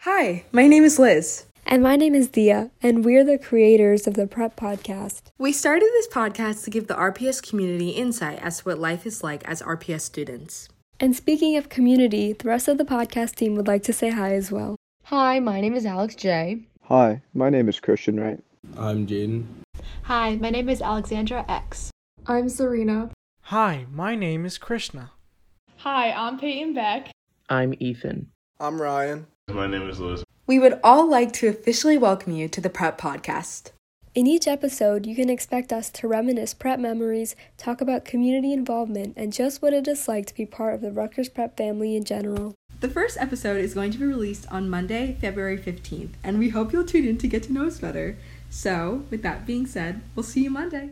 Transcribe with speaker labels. Speaker 1: Hi, my name is Liz.
Speaker 2: And my name is Thea, and we're the creators of the Prep Podcast.
Speaker 1: We started this podcast to give the RPS community insight as to what life is like as RPS students.
Speaker 2: And speaking of community, the rest of the podcast team would like to say hi as well.
Speaker 3: Hi, my name is Alex J.
Speaker 4: Hi, my name is Christian Wright.
Speaker 5: I'm Jaden.
Speaker 6: Hi, my name is Alexandra X.
Speaker 7: I'm Serena.
Speaker 8: Hi, my name is Krishna.
Speaker 9: Hi, I'm Peyton Beck.
Speaker 10: I'm Ethan.
Speaker 11: I'm Ryan.
Speaker 12: My name is Liz.
Speaker 1: We would all like to officially welcome you to the Prep Podcast.
Speaker 2: In each episode, you can expect us to reminisce prep memories, talk about community involvement, and just what it is like to be part of the Rutgers Prep family in general.
Speaker 1: The first episode is going to be released on Monday, February 15th, and we hope you'll tune in to get to know us better. So, with that being said, we'll see you Monday.